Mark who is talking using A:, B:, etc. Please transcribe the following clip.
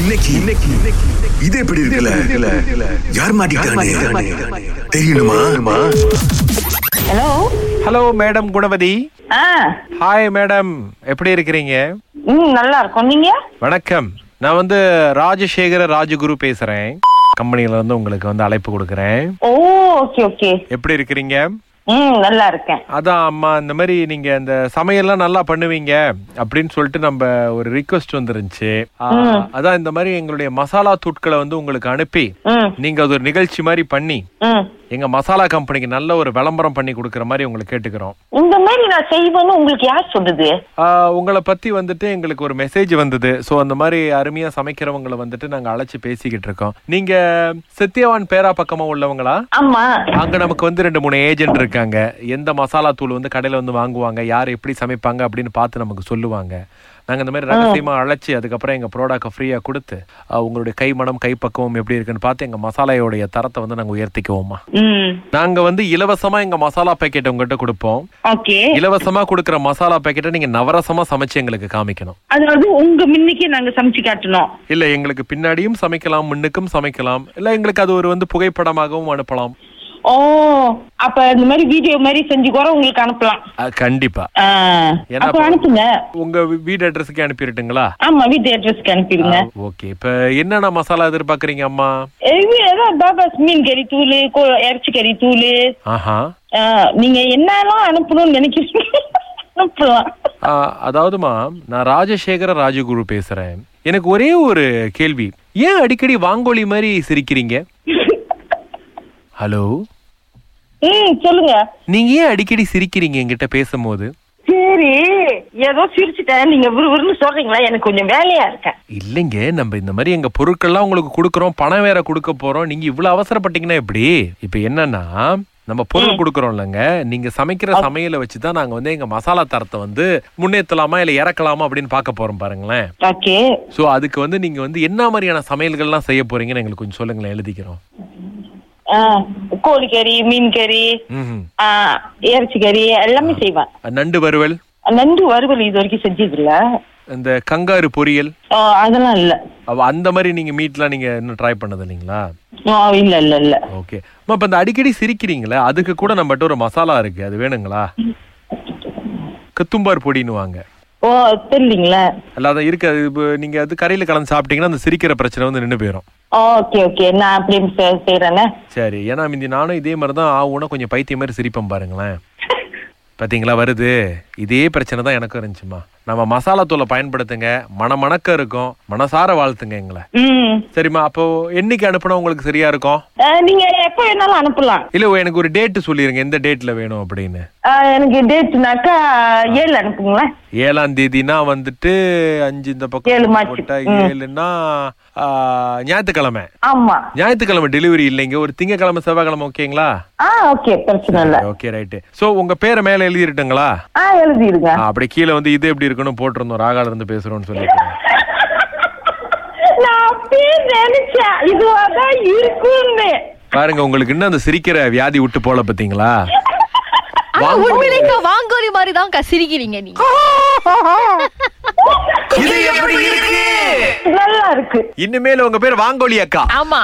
A: இன்னைக்கு இன்னைக்கு- இது எப்படி இருக்குல்ல யார் மாட்டிக்கிட்டானே தெரியணுமா
B: ஹலோ
C: ஹலோ மேடம் குணவதி
B: ஆ
C: ஹாய் மேடம் எப்படி இருக்கிறீங்க
B: ம் நல்லா இருக்கும் நீங்க
C: வணக்கம் நான் வந்து ராஜசேகர ராஜகுரு பேசுறேன் கம்பெனியில இருந்து உங்களுக்கு வந்து அழைப்பு கொடுக்குறேன்
B: ஓ ஓகே ஓகே
C: எப்படி இருக்கிறீங்க
B: ம் நல்லா இருக்கேன்
C: அதான் அம்மா இந்த மாதிரி நீங்க இந்த சமையல்லாம் நல்லா பண்ணுவீங்க அப்படின்னு சொல்லிட்டு நம்ம ஒரு ரிக்வெஸ்ட் வந்துருந்துச்சு ஆ, அதான் இந்த மாதிரி எங்களுடைய மசாலா தூட்களை வந்து உங்களுக்கு அனுப்பி
B: ம்
C: நீங்க அது ஒரு நிகழ்ச்சி மாதிரி பண்ணி
B: ம்
C: எங்க மசாலா கம்பெனிக்கு நல்ல ஒரு விளம்பரம் பண்ணி கொடுக்குற மாதிரி உங்களை கேட்டுக்கிறோம்
B: இந்த மாதிரி நான் செய்வேன்னு உங்களுக்கு யார் சொல்லுது
C: ஆ, உங்களை பத்தி வந்துட்டு எங்களுக்கு ஒரு மெசேஜ் வந்தது சோ அந்த மாதிரி அருமையா சமைக்கிறவங்களை வந்துட்டு நாங்க அழைச்சு பேசிக்கிட்டு இருக்கோம் நீங்க சத்யவான் பேரா பக்கமா உள்ளவங்களா
B: ஆமா
C: அங்க நமக்கு வந்து ரெண்டு மூணு ஏஜென்ட் இருக்காங்க எந்த மசாலா தூள் வந்து கடையில வந்து வாங்குவாங்க யார் எப்படி சமைப்பாங்க அப்படின்னு பார்த்து நமக்கு சொல்லுவாங்க நாங்க இந்த மாதிரி ரகசியமா அழைச்சி அதுக்கப்புறம் எங்க ப்ராடக்டை ஃப்ரீயா கொடுத்து ஆ, உங்களுடைய கைமணம் கைப்பக்குவம் எப்படி இருக்குன்னு பார்த்து எங்க மசாலையோடைய தரத்தை வந்து நாங்க உயர்த்திக்குவோமா
B: ம்
C: நாங்க வந்து இலவசமா எங்க மசாலா பேக்கெட் உங்ககிட்ட கொடுப்போம்
B: ஓகே
C: இலவசமா கொடுக்கிற மசாலா பேக்கெட்டை நீங்க நவரசமா சமைச்சு எங்களுக்கு காமிக்கணும்
B: அதாவது உங்க முன்னுக்கே நாங்க சமைச்சு காட்டணும்
C: இல்ல எங்களுக்கு பின்னாடியும் சமைக்கலாம் முன்னுக்கும் சமைக்கலாம் இல்ல எங்களுக்கு அது ஒரு வந்து புகைப்படமாகவும் அனுப்பலாம்
B: ஓ அப்ப இந்த மாதிரி வீடியோ மாதிரி செஞ்சு கூட உங்களுக்கு அனுப்பலாம்
C: அஹ், கண்டிப்பா
B: ஆ,
C: என்ன
B: அப்ப
C: பண்ண-
B: அனுப்புங்க
C: உங்க வீ- வீடு அட்ரஸுக்கு அனுப்பிடுட்டுங்களா
B: ஆமா வீட்டு அட்ரஸ்க்கு அனுப்பிடுங்க
C: ஓகே இப்ப என்னென்ன மசாலா எதிர்பார்க்கறீங்க அம்மா
B: இது ஏதாவது பாபாஸ் மீன் கறி தூள் கோ- இறைச்சி கறி தூள்
C: ஆஹா
B: ஆ, நீங்க என்னெல்லாம் அனுப்பணும்னு நினைக்கிறீங்க அனுப்பலாம்
C: அஹ், அதாவதுமா நான் ராஜசேகர ராஜகுரு பேசுறேன் எனக்கு ஒரே ஒரு கேள்வி ஏன் அடிக்கடி வாங்கோலி மாதிரி சிரிக்கிறீங்க ஹலோ
B: ம் சொல்லுங்க
C: நீங்க ஏன் அடிக்கடி சிரிக்கிறீங்க என்கிட்ட பேசும்போது
B: சரி ஏதோ சிரிச்சுட்டேன் நீங்க விறுவிறுன்னு சொல்றீங்களா எனக்கு கொஞ்சம் வேலையா இருக்கேன்
C: இல்லைங்க நம்ம இந்த மாதிரி எங்க பொருட்கள்லாம் உங்களுக்கு கொடுக்குறோம் பணம் வேற கொடுக்க போறோம் நீங்க இவ்வளவு அவசரப்பட்டீங்கன்னா எப்படி இப்ப என்னன்னா நம்ம பொருள் கொடுக்குறோம் இல்லைங்க நீங்க சமைக்கிற சமையலை வச்சுதான் நாங்க வந்து எங்க மசாலா தரத்தை வந்து முன்னேற்றலாமா இல்ல இறக்கலாமா அப்படின்னு பார்க்க போறோம் பாருங்களேன்
B: ஓகே
C: சோ அதுக்கு வந்து நீங்க வந்து என்ன மாதிரியான சமையல்கள்லாம் செய்ய போறீங்கன்னு எங்களுக்கு கொஞ்சம் சொல்லுங்களேன் எழுதிக்கிறோம்
B: ஆ, கோழிக்கறி மீன் கறி
C: ம்ஹும்.
B: ஆ, இறைச்சி கறி எல்லாமே செய்வேன்
C: நண்டு வறுவல்
B: நண்டு வறுவல் இது வரைக்கும் செஞ்சது இல்ல
C: இந்த கங்காரு பொரியல்
B: ஆ, அதெல்லாம் இல்ல
C: அவ அந்த மாதிரி நீங்க மீட்லாம் நீங்க இன்னும் ட்ரை பண்ணது இல்லைங்களா
B: ஆ, இல்ல இல்ல இல்ல
C: ஓகே அம்மா இப்ப இந்த அடிக்கடி சிரிக்கிறீங்களே அதுக்கு கூட நம்மகிட்ட ஒரு மசாலா இருக்கு அது வேணுங்களா கத்தும்பார் பொடின்னுவாங்க
B: ஓ தெரியலீங்களா
C: அல்லாத இருக்கு அது இப்போ நீங்க அது கரையில கலந்து சாப்பிட்டீங்கன்னா அந்த சிரிக்கிற பிரச்சனை வந்து நின்று போயிடும்
B: ஓகே ஓகே நான் அப்படியே செ- செய்றேனே
C: சரி ஏன்னா மிந்தி நானும் இதே மாதிரி தான் ஆகும்னா கொஞ்சம் பைத்தியம் மாதிரி சிரிப்பேன் பாருங்களேன் பாத்தீங்களா வருது இதே பிரச்சனை தான் எனக்கும் இருந்துச்சுமா நம்ம மசாலா தூளை பயன்படுத்துங்க மனமணக்க இருக்கும் மனசார வாழ்த்துங்க எங்களை
B: ம்
C: சரிம்மா அப்போ என்னைக்கு அனுப்புனா உங்களுக்கு சரியா இருக்கும்
B: ஆ, நீங்க எப்ப வேணாலும் அனுப்பலாம்
C: இல்ல எனக்கு ஒரு டேட் சொல்லிருங்க எந்த டேட்ல வேணும் அப்படின்னு
B: ஆ, எனக்கு டேட்னாக்கா ஏழு அனுப்புங்களேன்
C: ஏழாம் தேதினா வந்துட்டு அஞ்சு இந்த
B: ஏழு
C: பக்கம்
B: மார்ச்.
C: போட்டா ஏழுன்னா ஆ, ஞாயிற்றுக்கிழமை
B: ஆமா
C: ஞாயிற்றுக்கிழமை டெலிவரி இல்லைங்க ஒரு திங்கக்கிழமை செவ்வாய்க்கிழமை ஓகேங்களா
B: ஆ ஓகே பிரச்சனை இல்ல
C: ஓகே ரைட்டு சோ உங்க பேரை மேல எழுதிருட்டுங்களா
B: ஆ எழுதிடுங்க
C: ஆ, அப்படி கீழே வந்து இது எப்படி இருக்கணும் போட்டிருந்தோம் ராகால இருந்து பேசுறோம்னு சொல்லிட்டு
B: நான் அப்படியே நினைச்சேன் இதுவாதான் இருக்கும்னு
C: பாருங்க உங்களுக்கு இன்னும் அந்த சிரிக்கிற வியாதி விட்டு போல பாத்தீங்களா
D: ஆனா உண்மையிலேங்க வாங்கோலி மாதிரி தான் சிரிக்கிறீங்க நீங்க
C: இது எப்படி இருக்கு
B: நல்லா இருக்கு
C: இனிமேல் உங்க பேர் வாங்கோலி அக்கா
D: ஆமா